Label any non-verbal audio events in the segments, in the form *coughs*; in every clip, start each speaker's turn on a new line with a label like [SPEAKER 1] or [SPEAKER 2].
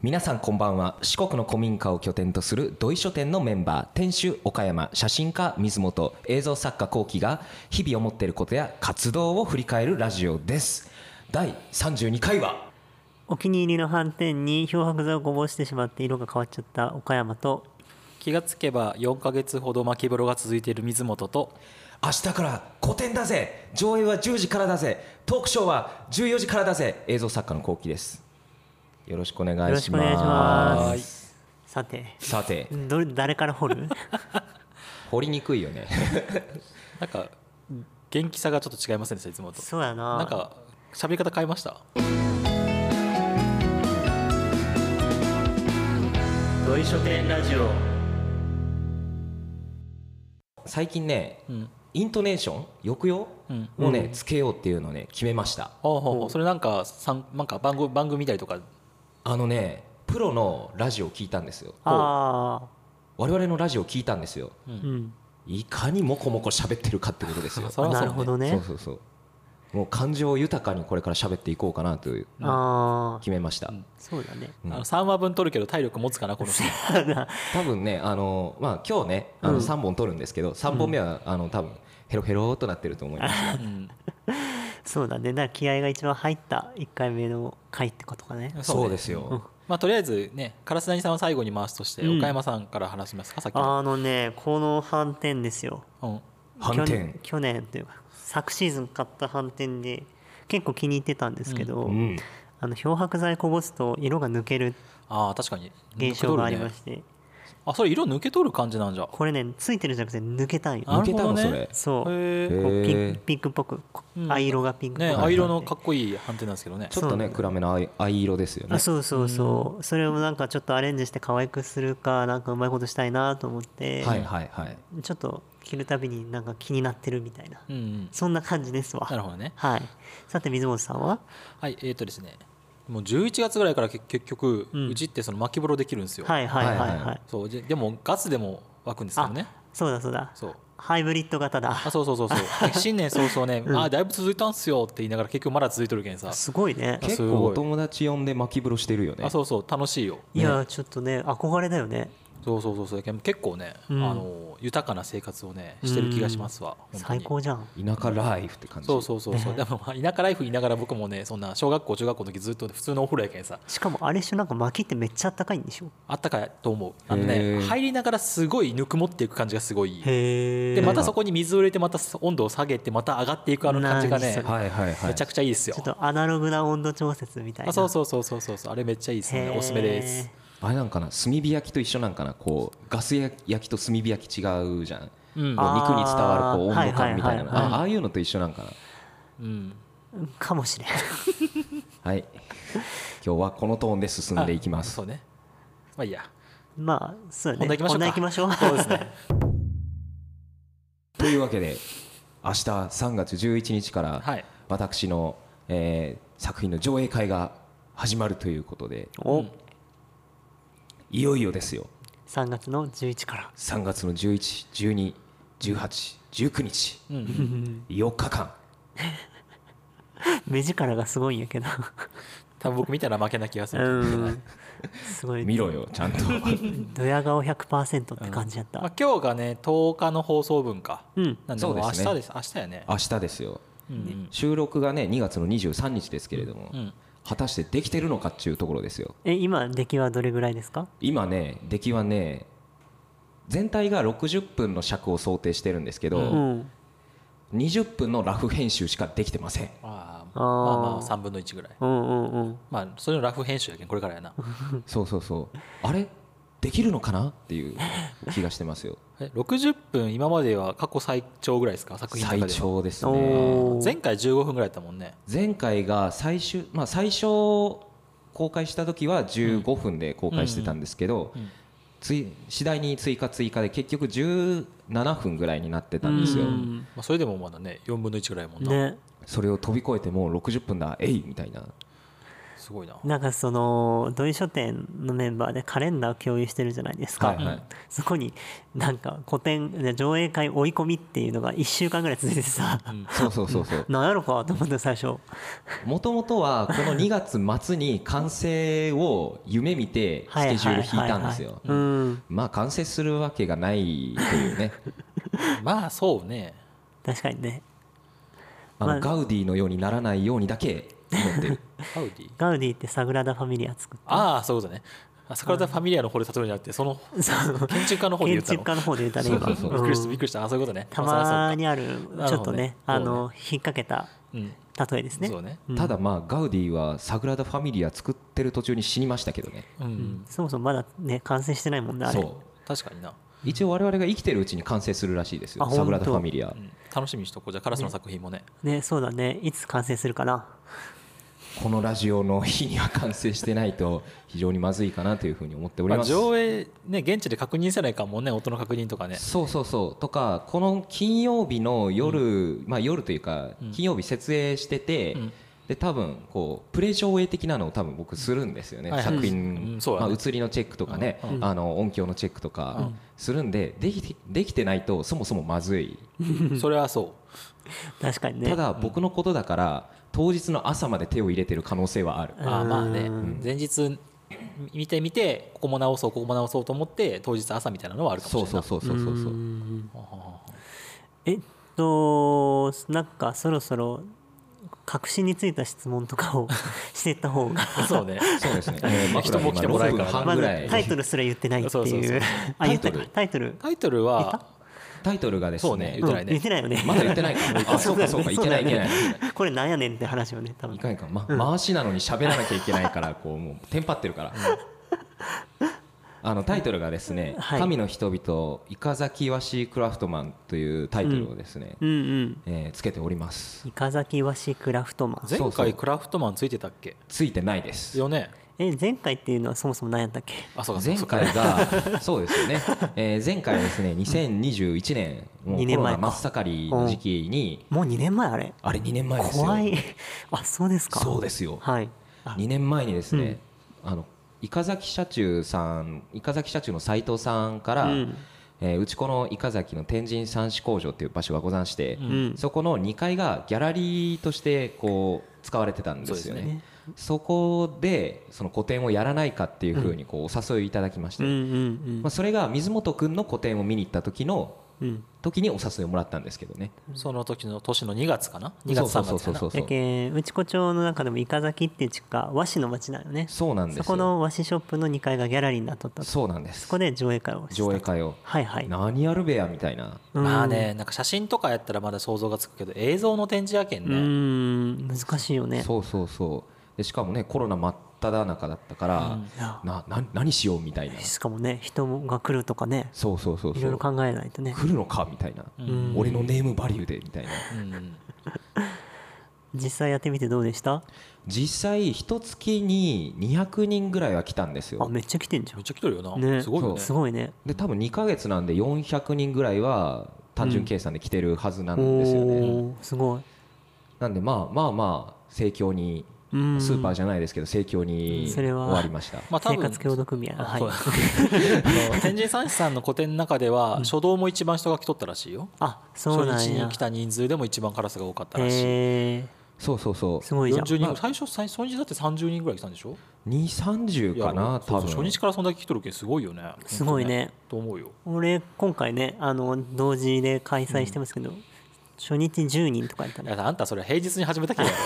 [SPEAKER 1] 皆さんこんばんは四国の古民家を拠点とする土井書店のメンバー店主岡山写真家水本映像作家幸喜が日々思っていることや活動を振り返るラジオです第32回は
[SPEAKER 2] お気に入りの斑点に漂白剤をこぼしてしまって色が変わっちゃった岡山と
[SPEAKER 3] 気がつけば4ヶ月ほど巻き風呂が続いている水本と
[SPEAKER 1] 明日から個展だぜ上映は10時からだぜトークショーは14時からだぜ映像作家の幸喜ですよろしくお願いします
[SPEAKER 2] よろしくお願いしま
[SPEAKER 3] はい
[SPEAKER 2] すさて
[SPEAKER 1] さて
[SPEAKER 2] どれ誰から
[SPEAKER 1] *laughs*
[SPEAKER 2] 掘る
[SPEAKER 1] 掘りにくいよね
[SPEAKER 3] なんか元気さがちょっと違いませんでしたいつもと
[SPEAKER 2] そうやな
[SPEAKER 3] なんか喋り方変えました
[SPEAKER 2] 土井書店ラジオ
[SPEAKER 1] 最近ね
[SPEAKER 3] うん
[SPEAKER 1] イントネーション抑揚
[SPEAKER 3] うん
[SPEAKER 1] をね、つけようっていうのをね決めました
[SPEAKER 3] ほうほうほうそれなんかさんなんか番組番組見たりとか
[SPEAKER 1] あのねプロのラジオを聞いたんですよ
[SPEAKER 2] あ
[SPEAKER 1] 我々のラジオを聞いたんですよ
[SPEAKER 2] あうん
[SPEAKER 1] いかにもこもこ喋ってるかってことですよ
[SPEAKER 3] そらそうね
[SPEAKER 2] なるほど
[SPEAKER 1] そう
[SPEAKER 2] ね
[SPEAKER 1] そうそうもう感情豊かにこれから喋っていこうかなという
[SPEAKER 2] ああ
[SPEAKER 1] 決めました、
[SPEAKER 2] そうだね *laughs*
[SPEAKER 3] あの3話分取るけど体力持つかなこの人
[SPEAKER 1] 多分ねあのまあ今日ねあ
[SPEAKER 2] う
[SPEAKER 1] の
[SPEAKER 2] ん
[SPEAKER 1] 3本撮るんですけど、三3本目はあの多分ヘロヘローっとなってると思います
[SPEAKER 3] *laughs* うん
[SPEAKER 2] そうだねだから気合が一番入った1回目の回ってことかね
[SPEAKER 1] そうですよ、
[SPEAKER 3] まあとりあえずね烏谷さんを最後に回すとして
[SPEAKER 2] うん
[SPEAKER 3] 岡山さんから話しますかさっきの
[SPEAKER 2] あのねこの斑点ですよ
[SPEAKER 3] うん
[SPEAKER 1] 反
[SPEAKER 2] 去
[SPEAKER 1] 転
[SPEAKER 2] 年去年というか昨シーズン買った斑点で結構気に入ってたんですけど、
[SPEAKER 1] うん
[SPEAKER 2] あの漂白剤こぼすと色が抜ける
[SPEAKER 3] ああ確かに
[SPEAKER 2] 現象があり
[SPEAKER 3] 抜
[SPEAKER 2] ま
[SPEAKER 3] けとる
[SPEAKER 2] して、
[SPEAKER 3] ねあそれ色抜け取る感じなんじゃ
[SPEAKER 2] これねついてるんじゃなくて抜けたんよ
[SPEAKER 3] あ
[SPEAKER 1] 抜けたの
[SPEAKER 3] なる
[SPEAKER 1] そ
[SPEAKER 3] ほど
[SPEAKER 1] れ
[SPEAKER 3] ね
[SPEAKER 2] そうこ
[SPEAKER 3] へー
[SPEAKER 2] うピ
[SPEAKER 1] へ
[SPEAKER 2] ン
[SPEAKER 1] ー
[SPEAKER 2] ピンクっぽくこう
[SPEAKER 3] うん
[SPEAKER 2] 藍色がピンクっぽく
[SPEAKER 3] ね
[SPEAKER 2] なって
[SPEAKER 3] 藍色のかっこいい判定なんですけどね
[SPEAKER 1] ちょっとね暗めの藍藍色ですよね
[SPEAKER 2] あそうそうそうそれをなんかちょっとアレンジして可愛くするかなんかうまいことしたいなと思って、
[SPEAKER 1] はいはいはい
[SPEAKER 2] ちょっと着るたびになんか気になってるみたいな
[SPEAKER 3] うんうん
[SPEAKER 2] そんな感じですわ
[SPEAKER 3] なるほどね
[SPEAKER 2] はいさて水本さんは
[SPEAKER 3] はい、えーとですね、もう11月ぐらいからけ結局、
[SPEAKER 2] う
[SPEAKER 3] うんちってその巻き風呂できるんですよ。
[SPEAKER 2] はいはいはいは、
[SPEAKER 1] はいいはい
[SPEAKER 3] そうででもガスでも湧くんですよ
[SPEAKER 2] あ
[SPEAKER 3] ね。
[SPEAKER 2] そうだそうだ
[SPEAKER 3] そう
[SPEAKER 2] ハイブリッド型だ
[SPEAKER 3] あそうそう
[SPEAKER 2] *laughs*
[SPEAKER 3] そうそうで新年早々ね、あーだいぶ続いたんすよって言いながら結局まだ続いてるけんさ
[SPEAKER 2] すごいね
[SPEAKER 3] あ
[SPEAKER 1] 結
[SPEAKER 3] す
[SPEAKER 1] 構
[SPEAKER 3] ごい
[SPEAKER 1] お友達呼んで巻き風呂してるよね
[SPEAKER 3] あそうそう楽しいよ
[SPEAKER 2] いやちょっとね憧れだよね
[SPEAKER 3] そうそうそうそうけん結構ね、
[SPEAKER 2] うん
[SPEAKER 3] あの豊かな生活をねしてる気がしますわ、本当に
[SPEAKER 2] 最高じゃん
[SPEAKER 1] 田舎ライフって感じ
[SPEAKER 3] そうそうそうそう、でもまあ田舎ライフいながら僕もねそんな小学校中学校の時ずっと普通のお風呂やけんさ
[SPEAKER 2] しかもあれ一緒なんか薪ってめっちゃあったかいんでしょ
[SPEAKER 3] あったかいと思うあの
[SPEAKER 1] へ
[SPEAKER 3] ね
[SPEAKER 1] ー
[SPEAKER 3] 入りながらすごいぬくもっていく感じがすごいいい
[SPEAKER 2] へえ
[SPEAKER 3] でまたそこに水を入れてまた温度を下げてまた上がっていくあの感じが
[SPEAKER 2] 何そ
[SPEAKER 3] ね
[SPEAKER 2] れ
[SPEAKER 1] はいはいはい
[SPEAKER 3] めちゃくちゃいいですよ
[SPEAKER 2] ちょっとアナログな温度調節みたいな
[SPEAKER 3] あそうそうそうそうそうそうあれめっちゃいいです
[SPEAKER 2] へ
[SPEAKER 3] ね
[SPEAKER 2] ー
[SPEAKER 3] おすすめです
[SPEAKER 1] あれなんかな炭火焼きと一緒なんかなこうガス焼きと炭火焼き違うじゃん、
[SPEAKER 3] う
[SPEAKER 1] こ
[SPEAKER 3] ん
[SPEAKER 1] う肉に伝わるこう
[SPEAKER 2] あー
[SPEAKER 1] 温度感みたいなの、
[SPEAKER 2] はいはいはいはい
[SPEAKER 1] あああいうのと一緒なんかな
[SPEAKER 3] うん
[SPEAKER 2] かもしれん *laughs*
[SPEAKER 1] はい *laughs* 今日はこのトーンで進んでいきます
[SPEAKER 3] そうねまあいいや
[SPEAKER 2] まあそうね
[SPEAKER 3] 本題行きましょう
[SPEAKER 2] 行
[SPEAKER 3] か
[SPEAKER 2] きましょう
[SPEAKER 3] そうで
[SPEAKER 1] *laughs*
[SPEAKER 3] すね
[SPEAKER 1] というわけで明日3月11日から
[SPEAKER 3] はい
[SPEAKER 1] 私の、えー作品の上映会が始まるということで
[SPEAKER 2] お
[SPEAKER 1] いよいよですよ
[SPEAKER 2] 3月の11から
[SPEAKER 1] 3月の11121819日
[SPEAKER 3] うん
[SPEAKER 1] 4日間
[SPEAKER 2] 目力がすごいんやけど
[SPEAKER 3] 多分僕見たら負けな気がす
[SPEAKER 2] う
[SPEAKER 3] る、
[SPEAKER 2] んすごい
[SPEAKER 1] 見ろよちゃん
[SPEAKER 3] *laughs*
[SPEAKER 1] と
[SPEAKER 2] ドヤ顔100%って感じやった、
[SPEAKER 3] まあ、今日がね10日の放送分か
[SPEAKER 2] うん
[SPEAKER 3] なんで
[SPEAKER 1] そ
[SPEAKER 3] も
[SPEAKER 1] う
[SPEAKER 3] う
[SPEAKER 1] です
[SPEAKER 3] 明
[SPEAKER 1] ね
[SPEAKER 3] 日です明日やね
[SPEAKER 1] 明日ですよ
[SPEAKER 3] うん
[SPEAKER 1] 収録がね2月の23日ですけれども、
[SPEAKER 3] うん
[SPEAKER 1] 果たしてできてるのかっていうところですよ
[SPEAKER 2] え今出来はどれぐらいですか
[SPEAKER 1] 今ね出来はね全体が60分の尺を想定してるんですけど、
[SPEAKER 2] うん
[SPEAKER 1] 20分のラフ編集しかできてません
[SPEAKER 3] あ
[SPEAKER 2] あ
[SPEAKER 3] ー
[SPEAKER 2] ー
[SPEAKER 3] まあまあ3分の1ぐらい
[SPEAKER 2] うんうんうん
[SPEAKER 3] まあそれのラフ編集やけんこれからやな
[SPEAKER 1] そうそうそうあれできるのかなっていう気がしてますよ
[SPEAKER 3] え60分今までは過去最長ぐらいですか *laughs* 作品の
[SPEAKER 1] 最
[SPEAKER 3] 中では
[SPEAKER 1] 長ですね
[SPEAKER 2] おー
[SPEAKER 3] 前回15分ぐらいだったもんね
[SPEAKER 1] 前回が最終まあ最初公開した時は15分で公開してたんですけど、
[SPEAKER 3] うんうん
[SPEAKER 1] つい次第に追加追加で結局17分ぐらいになってたんですよ、
[SPEAKER 2] うん
[SPEAKER 3] まあ、それでもまだね4分の1ぐらいやもんな、
[SPEAKER 2] ね
[SPEAKER 1] それを飛び越えてもう60分だえいみたいな
[SPEAKER 3] すすごいな
[SPEAKER 2] なんかその土井書店のメンバーでカレンダーを共有してるじゃないですか、
[SPEAKER 1] はいはい
[SPEAKER 2] うんそこになんか個展ね上映会追い込みっていうのが1週間ぐらい続いてさ、
[SPEAKER 1] そうそうそう
[SPEAKER 2] *laughs*
[SPEAKER 1] そう
[SPEAKER 2] なんやろかと思って最初
[SPEAKER 1] もともとはこの2月末に完成を夢見てスケジュール引いたんですよ
[SPEAKER 2] はいはいはいはいうん
[SPEAKER 1] まあ完成するわけがないというね
[SPEAKER 3] まあそうね
[SPEAKER 2] 確かにね
[SPEAKER 1] あ
[SPEAKER 2] まあ
[SPEAKER 1] のガウディのようにならないようにだけ思ってる
[SPEAKER 3] ハウディ
[SPEAKER 2] ガウディってサグラダ・ファミリア作った
[SPEAKER 3] ああそういうことねあ桜田ファミリアの方で例えるんじゃなくてその
[SPEAKER 2] そう
[SPEAKER 3] 建築家の方で言
[SPEAKER 2] 建
[SPEAKER 3] った
[SPEAKER 2] 築家
[SPEAKER 3] の
[SPEAKER 2] の方で言ったね今
[SPEAKER 1] そうそう
[SPEAKER 3] びっくりした
[SPEAKER 2] うん
[SPEAKER 3] びっくりしたあそういうことね
[SPEAKER 2] た
[SPEAKER 3] あそう
[SPEAKER 2] ま
[SPEAKER 3] か
[SPEAKER 2] にある
[SPEAKER 3] な
[SPEAKER 2] ち
[SPEAKER 3] る
[SPEAKER 2] ょっ
[SPEAKER 3] ほ
[SPEAKER 2] と
[SPEAKER 3] ど
[SPEAKER 2] ね
[SPEAKER 3] ね
[SPEAKER 2] あ
[SPEAKER 3] そう
[SPEAKER 2] の引っ掛けた
[SPEAKER 3] うん
[SPEAKER 2] 例えですね
[SPEAKER 3] そうね
[SPEAKER 2] うん
[SPEAKER 1] ただまあガウディはサグラダ・ファミリア作ってる途中に死にましたけどね
[SPEAKER 3] う
[SPEAKER 2] うんんそもそもまだね完成してないもんねあれ
[SPEAKER 1] そう
[SPEAKER 3] 確かにな
[SPEAKER 1] 一応我々が生きてるうちに完成するらしいですよ
[SPEAKER 2] あ
[SPEAKER 1] サグラダ・フ
[SPEAKER 2] 本当
[SPEAKER 1] ァミリア
[SPEAKER 3] うん楽しみにしとこうじゃあカラスの作品もね
[SPEAKER 2] ねそうだねいつ完成するかな
[SPEAKER 1] このラジオの日には完成してないと非常にまずいかなというふうに思っており
[SPEAKER 3] まあ
[SPEAKER 1] ます、
[SPEAKER 3] 上映ね現地で確認せないかもね音の確認とかね
[SPEAKER 1] そうそうそうとかこの金曜日の夜、まあ夜というか
[SPEAKER 3] うん
[SPEAKER 1] 金曜日設営してて、
[SPEAKER 3] うん
[SPEAKER 1] で多分こうプレ上映的なのを多分僕するんですよね、
[SPEAKER 3] はいはい
[SPEAKER 1] 作
[SPEAKER 3] う
[SPEAKER 1] 品、
[SPEAKER 3] んそうだ
[SPEAKER 1] ま
[SPEAKER 3] ね
[SPEAKER 1] あ、映りのチェックとかね、
[SPEAKER 3] うん
[SPEAKER 2] うん
[SPEAKER 1] あの音響のチェックと
[SPEAKER 3] う
[SPEAKER 1] か
[SPEAKER 3] ん
[SPEAKER 1] するんで、できてできてないとそもそもまずい、
[SPEAKER 3] それはそ
[SPEAKER 2] 確かにね
[SPEAKER 1] ただ僕のことだから当日の朝まで手を入れてる可能性はある、
[SPEAKER 3] うああまあね
[SPEAKER 2] うん
[SPEAKER 3] 前日見てみてここも直そうここも直そうと思って当日朝みたいなのはあるかもしれ
[SPEAKER 1] そ
[SPEAKER 3] な
[SPEAKER 1] う
[SPEAKER 3] い
[SPEAKER 1] そうそうそうそうそううん
[SPEAKER 3] ははは
[SPEAKER 2] えっとなんかそろそろ確信についた質問とかを *laughs* していった方が
[SPEAKER 3] は *laughs* そうね
[SPEAKER 1] そうですね、
[SPEAKER 3] まあ人も来てもらえるから
[SPEAKER 1] 半
[SPEAKER 2] ま
[SPEAKER 1] ぐ
[SPEAKER 2] だ
[SPEAKER 1] らい、
[SPEAKER 2] タイトルすら言ってないって
[SPEAKER 3] そうそうそ
[SPEAKER 2] いううあ言った
[SPEAKER 1] タイト
[SPEAKER 2] か
[SPEAKER 1] ル
[SPEAKER 2] タイトル
[SPEAKER 3] タイトルは
[SPEAKER 1] タイトルがです
[SPEAKER 3] そう
[SPEAKER 1] ね
[SPEAKER 3] ね言ってない
[SPEAKER 2] うん言ってないよね
[SPEAKER 1] まだ言っ
[SPEAKER 2] *laughs*
[SPEAKER 1] てないかあそうかそうかいけないいけない
[SPEAKER 2] これなんやねんって話をね多分
[SPEAKER 1] いかんいかん、ま、回しなのに喋らなきゃいけないからこうもうテンパってるから、あのタイトルがですね「
[SPEAKER 2] はい
[SPEAKER 1] 神の人々イカザキワシクラフトマン」というタイトルをですね、
[SPEAKER 2] うんうん
[SPEAKER 1] えーつけております
[SPEAKER 2] イカザキワシクラフトマン
[SPEAKER 1] そう
[SPEAKER 3] 前
[SPEAKER 1] そう
[SPEAKER 3] 回クラフトマンついてたっけ
[SPEAKER 1] ついてないです
[SPEAKER 3] よね
[SPEAKER 2] え前回っていうのはそもそも何やったっけ
[SPEAKER 3] あそうか
[SPEAKER 1] 前
[SPEAKER 3] そうか
[SPEAKER 1] 回がそうですよね、えー前回はですね2021年もう
[SPEAKER 2] 二
[SPEAKER 1] コ
[SPEAKER 2] 年
[SPEAKER 1] ロ
[SPEAKER 2] 前
[SPEAKER 1] ナ
[SPEAKER 2] か
[SPEAKER 1] 真っ盛りの時期に
[SPEAKER 2] もう2年前あれ
[SPEAKER 1] あれ2年前ですよ
[SPEAKER 2] 怖い *laughs* あそうですか
[SPEAKER 1] そうですよ
[SPEAKER 2] はいあ
[SPEAKER 1] 2年前にですね、あのイカザキ社中さんイカザキ社中の斉藤さんから、
[SPEAKER 2] うん
[SPEAKER 1] えーうちこのイカザキの天神三種工場っていう場所がござんして、
[SPEAKER 2] ん
[SPEAKER 1] そこの2階がギャラリーとしてこう使われてたんですよね
[SPEAKER 3] そう
[SPEAKER 1] そ
[SPEAKER 3] です
[SPEAKER 2] ね
[SPEAKER 1] こでその個展をやらないかっていうふうにこうお誘いいただきまして、
[SPEAKER 2] うんうん
[SPEAKER 1] まあ、それが水本君の個展を見に行った時の
[SPEAKER 2] うんうん
[SPEAKER 1] 時にお誘いをもらったんですけどね
[SPEAKER 3] その時の年の2月かな2月3月かな
[SPEAKER 1] そうそうそうそう
[SPEAKER 2] やけん内子町の中でもイカザキっていう地区が和紙の町だよね
[SPEAKER 1] そうなんですよ
[SPEAKER 2] この和紙ショップの2階がギャラリーになっとったとそ
[SPEAKER 1] そうなんです
[SPEAKER 2] こで上映会をしてた
[SPEAKER 1] 上映会を
[SPEAKER 2] はいはい
[SPEAKER 1] 何やるべやみたいな
[SPEAKER 2] うん
[SPEAKER 3] まあねなんか写真とかやったらまだ想像がつくけど映像の展示やけん
[SPEAKER 2] う
[SPEAKER 3] ね
[SPEAKER 2] ん難しいよね
[SPEAKER 1] そうそうそうでしかもねコロナ真っ只中だったから、
[SPEAKER 2] いや
[SPEAKER 1] なな何しようみたいな
[SPEAKER 2] しかもね人が来るとかね
[SPEAKER 1] そうそうそうそう
[SPEAKER 2] いろいろ考えないとね
[SPEAKER 1] 来るのかみたいな、
[SPEAKER 2] ん
[SPEAKER 1] 俺のネームバリューでみたいな
[SPEAKER 3] うん
[SPEAKER 2] 実際やってみてどうでした
[SPEAKER 1] 実際一月に200人ぐらいは来たんです
[SPEAKER 2] あ
[SPEAKER 1] よ
[SPEAKER 2] めっちゃ来てんじゃ
[SPEAKER 3] めっ
[SPEAKER 2] ん
[SPEAKER 3] ちゃ来てるよな、
[SPEAKER 2] ね
[SPEAKER 3] すごいよね
[SPEAKER 2] すごいね
[SPEAKER 1] で多分2ヶ月なんで400人ぐらいは単純計算で来てるはずなん
[SPEAKER 2] お
[SPEAKER 1] ですよね、
[SPEAKER 2] おーすごい
[SPEAKER 1] なんでまあまあまあ盛況にス
[SPEAKER 2] ス
[SPEAKER 1] ーパー
[SPEAKER 2] ー
[SPEAKER 1] じゃないですけど盛況に
[SPEAKER 2] そ
[SPEAKER 1] 終
[SPEAKER 2] れは
[SPEAKER 1] わりました、
[SPEAKER 3] まあ多
[SPEAKER 2] 生
[SPEAKER 3] 分
[SPEAKER 2] 活協同組合
[SPEAKER 3] あ
[SPEAKER 2] はい
[SPEAKER 3] そうだあの天神三種さんの個展の中では書道も一番人が来とったらしいよ
[SPEAKER 2] *laughs* あそう
[SPEAKER 3] 初
[SPEAKER 2] な
[SPEAKER 3] 日
[SPEAKER 2] んや
[SPEAKER 3] に来た人数でも一番カラスが多かったらしい
[SPEAKER 2] へえ
[SPEAKER 1] そうそうそう
[SPEAKER 2] すごいじゃん
[SPEAKER 3] 40人、
[SPEAKER 1] まあ
[SPEAKER 3] 最初最初日だって30人ぐらい来たんでしょ
[SPEAKER 1] 230か
[SPEAKER 3] い
[SPEAKER 1] な
[SPEAKER 3] やそ
[SPEAKER 1] 多
[SPEAKER 3] う
[SPEAKER 1] 分
[SPEAKER 3] そう初日からそんだけ来とるけんすごいよね
[SPEAKER 2] すごいね
[SPEAKER 3] 本当と思うよ
[SPEAKER 2] 俺今回ねあの同時で開催してますけど、初日10人とかやった
[SPEAKER 3] い
[SPEAKER 2] ね
[SPEAKER 3] やあんたそれ平日に始めたけんやろ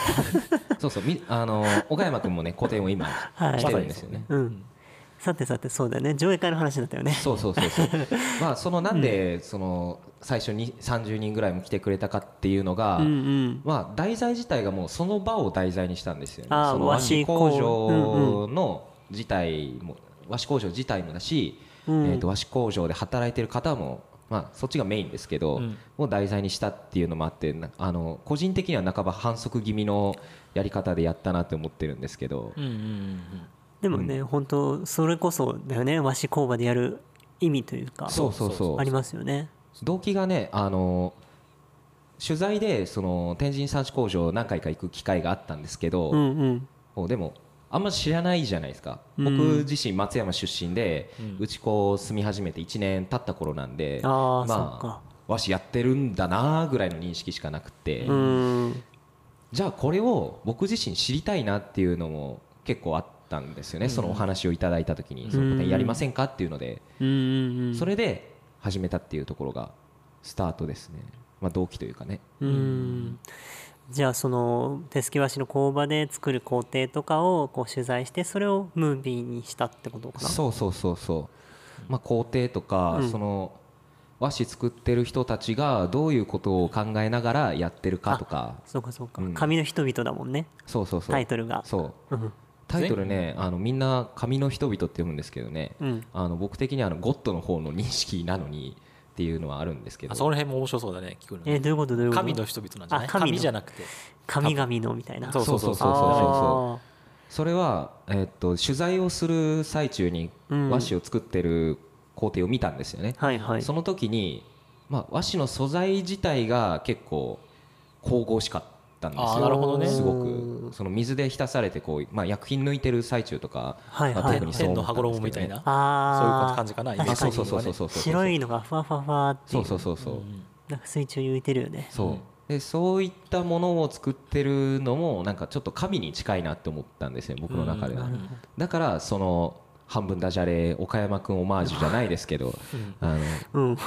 [SPEAKER 1] そうそう、みあの岡山君もね、個展を今
[SPEAKER 2] はい
[SPEAKER 1] してるんですよね。
[SPEAKER 2] うんさてさてそうだよね上映会の話だったよね
[SPEAKER 1] そうそうそう
[SPEAKER 2] *laughs*
[SPEAKER 1] そう。まあそのなんでその最初に30人ぐらいも来てくれたかっていうのが
[SPEAKER 2] う、んうん
[SPEAKER 1] まあ題材自体がもうその場を題材にしたんですよね。
[SPEAKER 2] あー
[SPEAKER 1] その
[SPEAKER 2] 和
[SPEAKER 1] 和
[SPEAKER 2] 紙
[SPEAKER 1] 紙
[SPEAKER 2] 工
[SPEAKER 1] 工
[SPEAKER 2] うん
[SPEAKER 1] 場の自体も和紙工場自体もだし、
[SPEAKER 2] うん
[SPEAKER 1] えっと和紙工場で働いてる方も。まあ、そっちがメインですけど、
[SPEAKER 3] うん
[SPEAKER 1] を題材にしたっていうのもあってなあの個人的には半ば反則気味のやり方でやったなって思ってるんですけど、
[SPEAKER 3] うんうんうん
[SPEAKER 2] でもね、本当それこそだよね和紙工場でやる意味というか
[SPEAKER 1] そうそうそう
[SPEAKER 2] ありますよね
[SPEAKER 1] 動機がねあの取材でその天神三種工場何回か行く機会があったんですけど、
[SPEAKER 2] うんうん
[SPEAKER 1] こうでもああんま知らないじゃないですか僕自身松山出身で、うちこう住み始めて1年経った頃なんで
[SPEAKER 2] あーそ
[SPEAKER 1] ま
[SPEAKER 2] っか
[SPEAKER 1] わしやってるんだなぐらいの認識しかなくて、
[SPEAKER 2] うん
[SPEAKER 1] じゃあこれを僕自身知りたいなっていうのも結構あったんですよね、そのお話をいただいた時に「その個展やりませんか?」っていうので、
[SPEAKER 2] うんうんうん
[SPEAKER 1] それで始めたっていうところがスタートですね、まあ、動機というかね
[SPEAKER 2] うんじゃあその手すき和紙の工場で作る工程とかをこう取材してそれをムービーにしたってことかな
[SPEAKER 1] そうそうそうそう、まあ、工程とか、
[SPEAKER 2] うん
[SPEAKER 1] その和紙作ってる人たちがどういうことを考えながらやってるかとか
[SPEAKER 2] そうかそうか、
[SPEAKER 1] うん
[SPEAKER 2] 紙の人々だもんね
[SPEAKER 1] そうそうそう
[SPEAKER 2] タイトルが
[SPEAKER 1] そう
[SPEAKER 2] うん
[SPEAKER 1] タイトルねあのみんな「紙の人々」って読むんですけどね、
[SPEAKER 2] うん
[SPEAKER 1] あの僕的にはあのゴッドの方の認識なのにっていうのはあるんですけど
[SPEAKER 3] あそこら辺も面白そうだね聞くの
[SPEAKER 2] え
[SPEAKER 3] ね
[SPEAKER 2] ーどういうことどういうこと
[SPEAKER 3] 神の人々なんじゃない
[SPEAKER 2] あ神の
[SPEAKER 3] 神じゃなくて
[SPEAKER 2] 神々のみたいな
[SPEAKER 3] そうそうそうそう
[SPEAKER 1] そ
[SPEAKER 2] あ
[SPEAKER 1] それは、えっと取材をする最中に
[SPEAKER 2] うん
[SPEAKER 1] 和紙を作ってる工程を見たんですよね、
[SPEAKER 2] ーはいはい
[SPEAKER 1] その時に、まあ、和紙の素材自体が結構神々しかったんです
[SPEAKER 3] あ
[SPEAKER 1] よ
[SPEAKER 3] ーなるほどね
[SPEAKER 1] すごく
[SPEAKER 2] う
[SPEAKER 1] その水で浸されてこう、まあ、薬品抜いてる最中とか、
[SPEAKER 2] はい
[SPEAKER 1] まあ
[SPEAKER 2] はい
[SPEAKER 1] 特にそう
[SPEAKER 3] 天
[SPEAKER 1] 思
[SPEAKER 3] の
[SPEAKER 1] った
[SPEAKER 3] 羽
[SPEAKER 1] んです
[SPEAKER 3] 衣
[SPEAKER 1] け
[SPEAKER 3] み
[SPEAKER 1] ど
[SPEAKER 3] た
[SPEAKER 1] ね
[SPEAKER 3] いな
[SPEAKER 2] あ
[SPEAKER 3] そういう
[SPEAKER 2] あ
[SPEAKER 3] 感じかなイメー
[SPEAKER 2] 確
[SPEAKER 3] ジ
[SPEAKER 2] かに
[SPEAKER 1] そうそうそうそうそう
[SPEAKER 2] 白いのがふわふわふわってい
[SPEAKER 1] そううそうそうそう、
[SPEAKER 2] なんか水中に浮いてるよね
[SPEAKER 1] そうでそういったものを作ってるのもなんかちょっと神に近いなって思ったんですよ僕の中では、
[SPEAKER 2] なる
[SPEAKER 1] だからその半分ダジャレ岡山君オマージュじゃないですけどあの
[SPEAKER 2] ほどうん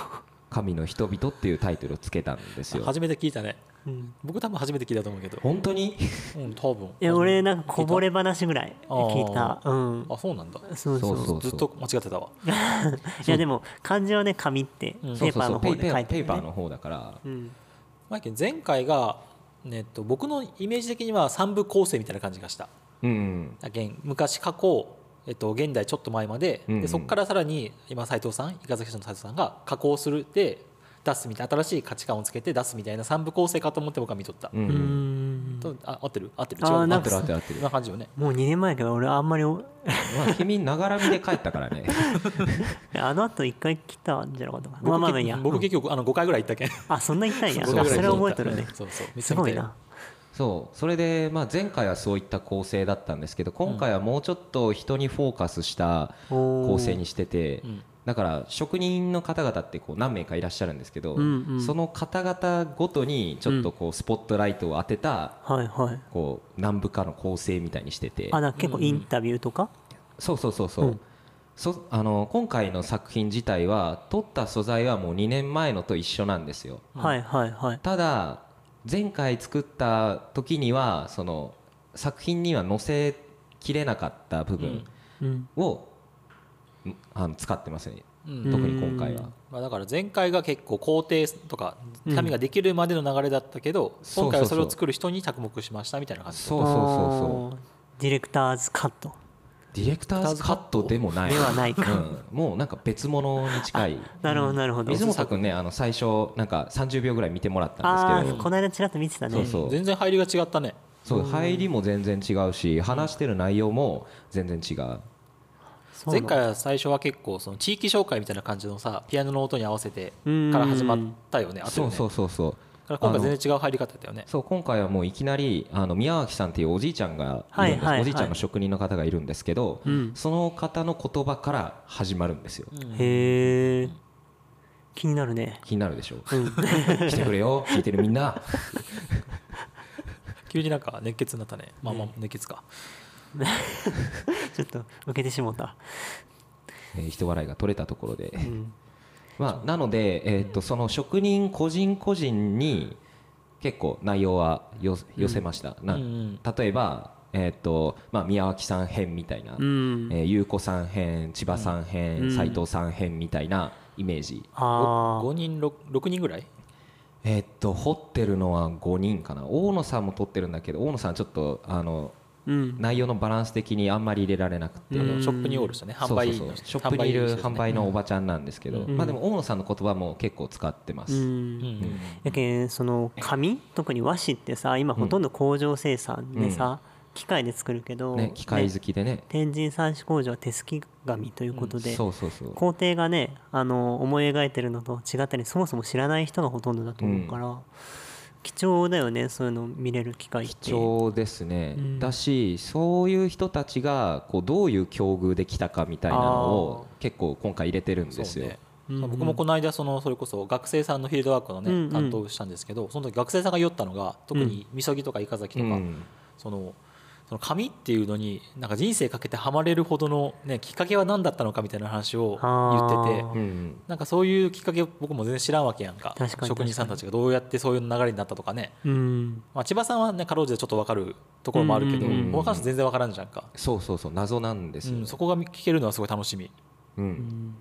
[SPEAKER 1] 神の人々っていうタイトルをつけたんですよ
[SPEAKER 3] 初めて聞いたね
[SPEAKER 2] うん
[SPEAKER 3] 僕多分初めて聞いたと思うけど
[SPEAKER 1] 本当に
[SPEAKER 3] うん多分
[SPEAKER 2] いや俺なんかこぼれ話ぐらい聞いた
[SPEAKER 3] あ
[SPEAKER 2] うん
[SPEAKER 3] あそうなんだ
[SPEAKER 2] そうそう
[SPEAKER 1] *laughs* そうそう
[SPEAKER 3] ずっと間違ってたわ
[SPEAKER 2] *laughs* いやでも漢字はね紙ってペ
[SPEAKER 3] うん
[SPEAKER 1] そう
[SPEAKER 2] ー
[SPEAKER 1] そう
[SPEAKER 2] パー
[SPEAKER 1] そ
[SPEAKER 2] の
[SPEAKER 1] うペ
[SPEAKER 2] 方
[SPEAKER 1] イペ
[SPEAKER 2] で
[SPEAKER 1] イ
[SPEAKER 2] 書いて
[SPEAKER 1] ペ
[SPEAKER 2] る
[SPEAKER 1] ーパー
[SPEAKER 2] ね
[SPEAKER 1] の方だから
[SPEAKER 2] うん
[SPEAKER 3] マイケル前回が、ねえっと、僕のイメージ的には三部構成みたいな感じがした
[SPEAKER 1] うん
[SPEAKER 3] 現昔過去、えっと、現代ちょっと前まで,、
[SPEAKER 1] うんうん
[SPEAKER 3] でそこからさらに今斉藤さん伊賀崎市の斉藤さんが加工するで出すみたいな新しい価値観をつけて出すみたいな三部構成かと思って僕は見とった、
[SPEAKER 1] うんう
[SPEAKER 2] うんん
[SPEAKER 3] とあ合ってる合ってる
[SPEAKER 2] あー
[SPEAKER 3] 違う
[SPEAKER 1] 合
[SPEAKER 2] な
[SPEAKER 1] っ
[SPEAKER 2] ん
[SPEAKER 1] て
[SPEAKER 2] か
[SPEAKER 1] る合
[SPEAKER 2] さ
[SPEAKER 1] ってる合って
[SPEAKER 3] そん
[SPEAKER 1] る
[SPEAKER 3] な感じよね
[SPEAKER 2] もう2年前やけど俺あんまりお
[SPEAKER 1] まあ君ながらみで帰ったからね *laughs*
[SPEAKER 2] あの後一回来たんじゃなかったかなまあまあまあいいや
[SPEAKER 3] 僕結局あの5回ぐらい行ったけん
[SPEAKER 2] あそんな痛 *laughs* いんや
[SPEAKER 1] そ
[SPEAKER 2] そう
[SPEAKER 1] そうそう
[SPEAKER 2] れは覚えてるね
[SPEAKER 3] そうそうめっち
[SPEAKER 2] す
[SPEAKER 3] ゃ見
[SPEAKER 2] ご
[SPEAKER 3] た
[SPEAKER 2] い
[SPEAKER 3] よ
[SPEAKER 2] な
[SPEAKER 1] そうそれで、まあ、前回はそういった構成だったんですけど今回はもうちょっと人にフォーカスした構
[SPEAKER 2] 構
[SPEAKER 1] 成にしてて、
[SPEAKER 3] うん
[SPEAKER 1] だから職人の方々ってこう何名かいらっしゃるんですけど、
[SPEAKER 2] うんうん
[SPEAKER 1] その方々ごとにちょっとこうスポットライトを当てた
[SPEAKER 2] はいはい
[SPEAKER 1] こう南部化の構成みたいにしてて
[SPEAKER 2] あだから結構インタビューとか
[SPEAKER 1] そうそうそうそう、
[SPEAKER 2] うん
[SPEAKER 1] そあの今回の作品自体は撮った素材はもう2年前のと一緒なんですよ
[SPEAKER 2] はいはいはい
[SPEAKER 1] ただ前回作った時にはその作品には載せきれなかった部分
[SPEAKER 2] うん
[SPEAKER 1] を、んあの使ってますね
[SPEAKER 3] うん
[SPEAKER 1] 特に今回は。
[SPEAKER 3] まあ、だから前回が結構工程とか紙ができるまでの流れだったけど、
[SPEAKER 1] そうそうそう
[SPEAKER 3] 今回はそれを作る人に着目しましたみたいな感じ
[SPEAKER 1] そうそうそうそう
[SPEAKER 2] うディレクターズカット
[SPEAKER 1] ディレクターズカットでもない
[SPEAKER 2] ではないか
[SPEAKER 1] うん、もうなんか別物に近い
[SPEAKER 2] なるほどなるほど
[SPEAKER 1] 水本君ねあの最初なんか30秒ぐらい見てもらった
[SPEAKER 2] あ
[SPEAKER 1] んです
[SPEAKER 2] あ
[SPEAKER 1] け
[SPEAKER 2] こ
[SPEAKER 1] ど
[SPEAKER 2] の間ちらっと見てたね
[SPEAKER 1] そうそう
[SPEAKER 3] 全然入りが違ったね
[SPEAKER 1] そう入りも全然違うし話してる内容も全然違う
[SPEAKER 2] そうな
[SPEAKER 3] 前
[SPEAKER 2] の
[SPEAKER 3] 回は最初は結構その地域紹介みたいな感じのさピアノの音に合わせて
[SPEAKER 2] うん
[SPEAKER 3] から始まったよねあと
[SPEAKER 1] そ
[SPEAKER 3] よ
[SPEAKER 1] う
[SPEAKER 3] ね
[SPEAKER 1] そうそうそう
[SPEAKER 3] だから今回全然違う入り方だったよね
[SPEAKER 1] そう今回はもういきなりあの宮脇さんっていうおじいちゃんがいるんです、
[SPEAKER 2] はいはいはい
[SPEAKER 1] おじいちゃんの職人の方がいるんですけど、
[SPEAKER 2] うん
[SPEAKER 1] その方の言葉から始まるんですよ、
[SPEAKER 2] へえ気になるね
[SPEAKER 1] 気になるでしょ *laughs* 来てくれよ聞いてるみんな
[SPEAKER 3] 急になんか熱血になったねまあまあ熱血か
[SPEAKER 2] ちょっと受けてしもうた
[SPEAKER 1] えー人笑いが取れたところで、
[SPEAKER 2] うん
[SPEAKER 1] まあ、なので、えーっとその職人個人個人に結構内容はよ寄せました、な
[SPEAKER 3] うんうん
[SPEAKER 1] 例えば、えーっとまあ、宮脇さん編みたいな、
[SPEAKER 2] うん
[SPEAKER 1] えー優子さん編千葉さん
[SPEAKER 2] う
[SPEAKER 1] 編
[SPEAKER 2] ん
[SPEAKER 1] 斎、藤さん編みたいなイメージ、
[SPEAKER 2] あ
[SPEAKER 3] 5人 6, 六人ぐらい
[SPEAKER 1] えーっと掘ってるのは5人かな大野さんも撮ってるんだけど大野さんちょっとあの
[SPEAKER 2] あうん
[SPEAKER 1] 内容のバランス的にあんまり入れられなくて、
[SPEAKER 3] ショップにおる人ね販売員
[SPEAKER 1] そう
[SPEAKER 3] の
[SPEAKER 1] そうそ
[SPEAKER 3] 人
[SPEAKER 1] うショップにいる販売
[SPEAKER 3] 員
[SPEAKER 1] のおばちゃんなんですけど、
[SPEAKER 3] うん
[SPEAKER 1] まあ、でも大野さんの言葉も結構使ってます、
[SPEAKER 2] うん
[SPEAKER 3] の人ね
[SPEAKER 2] やけんその紙特に和紙ってさ今ほとんど工場生産でさ、機械で作るけど、
[SPEAKER 1] ね、機械好
[SPEAKER 2] ね
[SPEAKER 1] きでね
[SPEAKER 2] 天神三種工場は手すき紙ということで、
[SPEAKER 1] そうそうそう
[SPEAKER 2] 工程がねあの思い描いてるのと違ったりそもそも知らない人がほとんどだと思うから、貴重だよねそういうの見れる機会って
[SPEAKER 1] 貴重ですね、
[SPEAKER 2] うん
[SPEAKER 1] だしそういう人たちがこうどういう境遇で来たかみたいなのを結構今回入れてるんです
[SPEAKER 3] そう
[SPEAKER 1] よ、
[SPEAKER 3] ね
[SPEAKER 2] うんうん
[SPEAKER 3] 僕もこの間そのそれこそ学生さんのフィールドワークのね、
[SPEAKER 2] うんうん
[SPEAKER 3] 担当したんですけどその時学生さんが酔ったのが特にみそぎとかイカザキと
[SPEAKER 1] う
[SPEAKER 3] か、
[SPEAKER 1] ん
[SPEAKER 3] そのその紙っていうのになんか人生かけてハマれるほどの、ね、きっかけは何だったのかみたいな話を言ってて
[SPEAKER 2] あー
[SPEAKER 1] うん
[SPEAKER 3] なんかそういうきっかけ僕も全然知らんわけやんか
[SPEAKER 2] 確かに
[SPEAKER 3] 職人さんたちがどうやってそういう流れになったとかね、
[SPEAKER 2] うん
[SPEAKER 3] まあ、千葉さんはねかろうじてちょっと分かるところもあるけど、
[SPEAKER 2] うんうん
[SPEAKER 1] うん
[SPEAKER 3] 他の人全然分からんじゃんか、
[SPEAKER 1] そうそうそう謎なんです
[SPEAKER 3] う
[SPEAKER 1] よ、
[SPEAKER 3] んそこが聞けるのはすごい楽しみ
[SPEAKER 1] うん
[SPEAKER 2] うん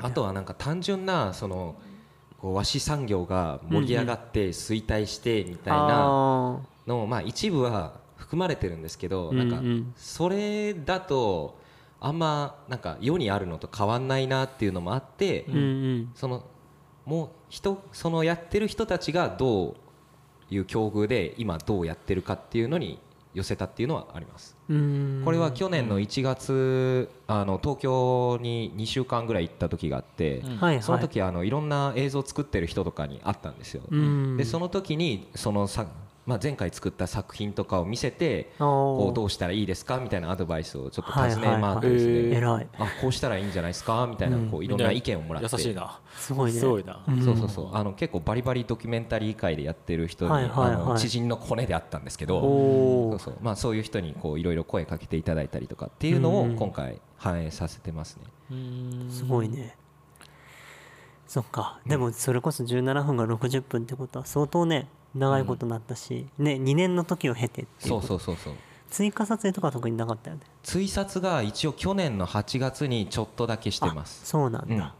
[SPEAKER 1] あとはなんか単純なそのこう和紙産業が盛り上がって衰退してみたいな
[SPEAKER 2] あ
[SPEAKER 1] のをまあ一部は含まれてるんですけど
[SPEAKER 2] うん
[SPEAKER 1] な
[SPEAKER 2] うん
[SPEAKER 1] んかそれだとあんまなんか世にあるのと変わんないなっていうのもあって
[SPEAKER 2] ーうんうん
[SPEAKER 1] そのもう人そのやってる人たちがどういう境遇で今どうやってるかっていうのに寄せたっていうのはあります。
[SPEAKER 2] うん
[SPEAKER 1] これは去年の1月あの東京に2週間ぐらい行った時があって、
[SPEAKER 3] うん
[SPEAKER 2] はいはい
[SPEAKER 1] その時あのいろんな映像を作ってる人とかに会ったんですよ。
[SPEAKER 2] うん
[SPEAKER 1] でその時にそのさ、まあ、前回作った作品とかを見せてこ
[SPEAKER 2] の
[SPEAKER 1] うどうしたらいいですかみたいなアドバイスをちょっと尋ね回ってですね、
[SPEAKER 3] はいはいはいへー
[SPEAKER 2] 偉い
[SPEAKER 1] あこうしたらいいんじゃないですかみたいな
[SPEAKER 2] うん
[SPEAKER 1] こういろんな意見をもらって
[SPEAKER 3] 優しいな
[SPEAKER 2] すごいね
[SPEAKER 3] すごいな
[SPEAKER 2] うん
[SPEAKER 1] そうそうそうあの結構バリバリドキュメンタリー界でやってる人に、
[SPEAKER 2] はいはいはい
[SPEAKER 1] あの知人のコネであったんですけどそう
[SPEAKER 2] おー
[SPEAKER 1] そう,、まあ、そういう人にこういろいろ声かけていただいたりとかっていうの
[SPEAKER 2] う
[SPEAKER 1] を
[SPEAKER 2] ん
[SPEAKER 1] 今回反映させてますね。
[SPEAKER 3] うん
[SPEAKER 2] すごいねそっかでもそれこそ17分が60分ってことは相当ね長いことになったし、ね2年の時を経てっていう
[SPEAKER 1] そ
[SPEAKER 2] こ
[SPEAKER 1] う
[SPEAKER 2] と
[SPEAKER 1] そうそうそう
[SPEAKER 2] 追加撮影とかは特になかったよね
[SPEAKER 1] 追撮が一応去年の8月にちょっとだけしてます。
[SPEAKER 2] そうなんだ、
[SPEAKER 1] ま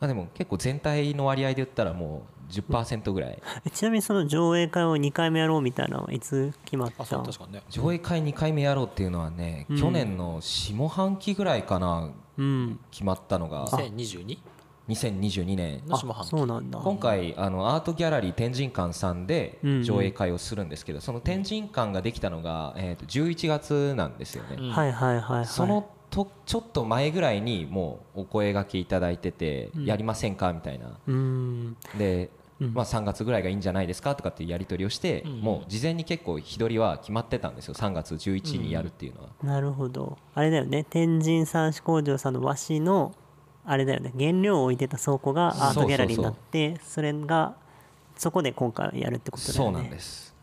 [SPEAKER 1] あ、でも結構全体の割合で言ったらもう10%ぐら
[SPEAKER 2] *laughs*
[SPEAKER 1] い
[SPEAKER 2] えちなみにその上映会を2回目やろうみたいなのはいつ決まっ
[SPEAKER 3] あ
[SPEAKER 2] た
[SPEAKER 3] そう
[SPEAKER 2] の
[SPEAKER 3] 確かにね
[SPEAKER 1] 上映会2回目やろうっていうのはね、
[SPEAKER 2] うん
[SPEAKER 1] 去年の下半期ぐらいかな
[SPEAKER 2] うん
[SPEAKER 1] 決まったのが
[SPEAKER 3] 2022?
[SPEAKER 1] 2022年
[SPEAKER 3] の下半
[SPEAKER 2] あ
[SPEAKER 3] 期
[SPEAKER 2] そうなんだ
[SPEAKER 1] 今回あのアートギャラリー天神館さんで
[SPEAKER 2] うんうん
[SPEAKER 1] 上映会をするんですけど、その天神館ができたのが、えー、と11月なんですよね、
[SPEAKER 3] うん
[SPEAKER 2] はいはいはいはい
[SPEAKER 1] そのとちょっと前ぐらいにもうお声がけいただいてて、
[SPEAKER 2] うん
[SPEAKER 1] やりませんかみたいな
[SPEAKER 2] うん
[SPEAKER 1] で、
[SPEAKER 2] うん
[SPEAKER 1] まあ、3月ぐらいがいいんじゃないですかとかっていうやり取りをして、
[SPEAKER 3] うん
[SPEAKER 1] もう事前に結構日取りは決まってたんですよ3月11にやるっていうのは、
[SPEAKER 2] なるほどあれだよね天神三種工場さんの和紙のあれだよね原料を置いてた倉庫がアートギャラリーになってそれがそこで今回やるってことだよね
[SPEAKER 1] そうなんです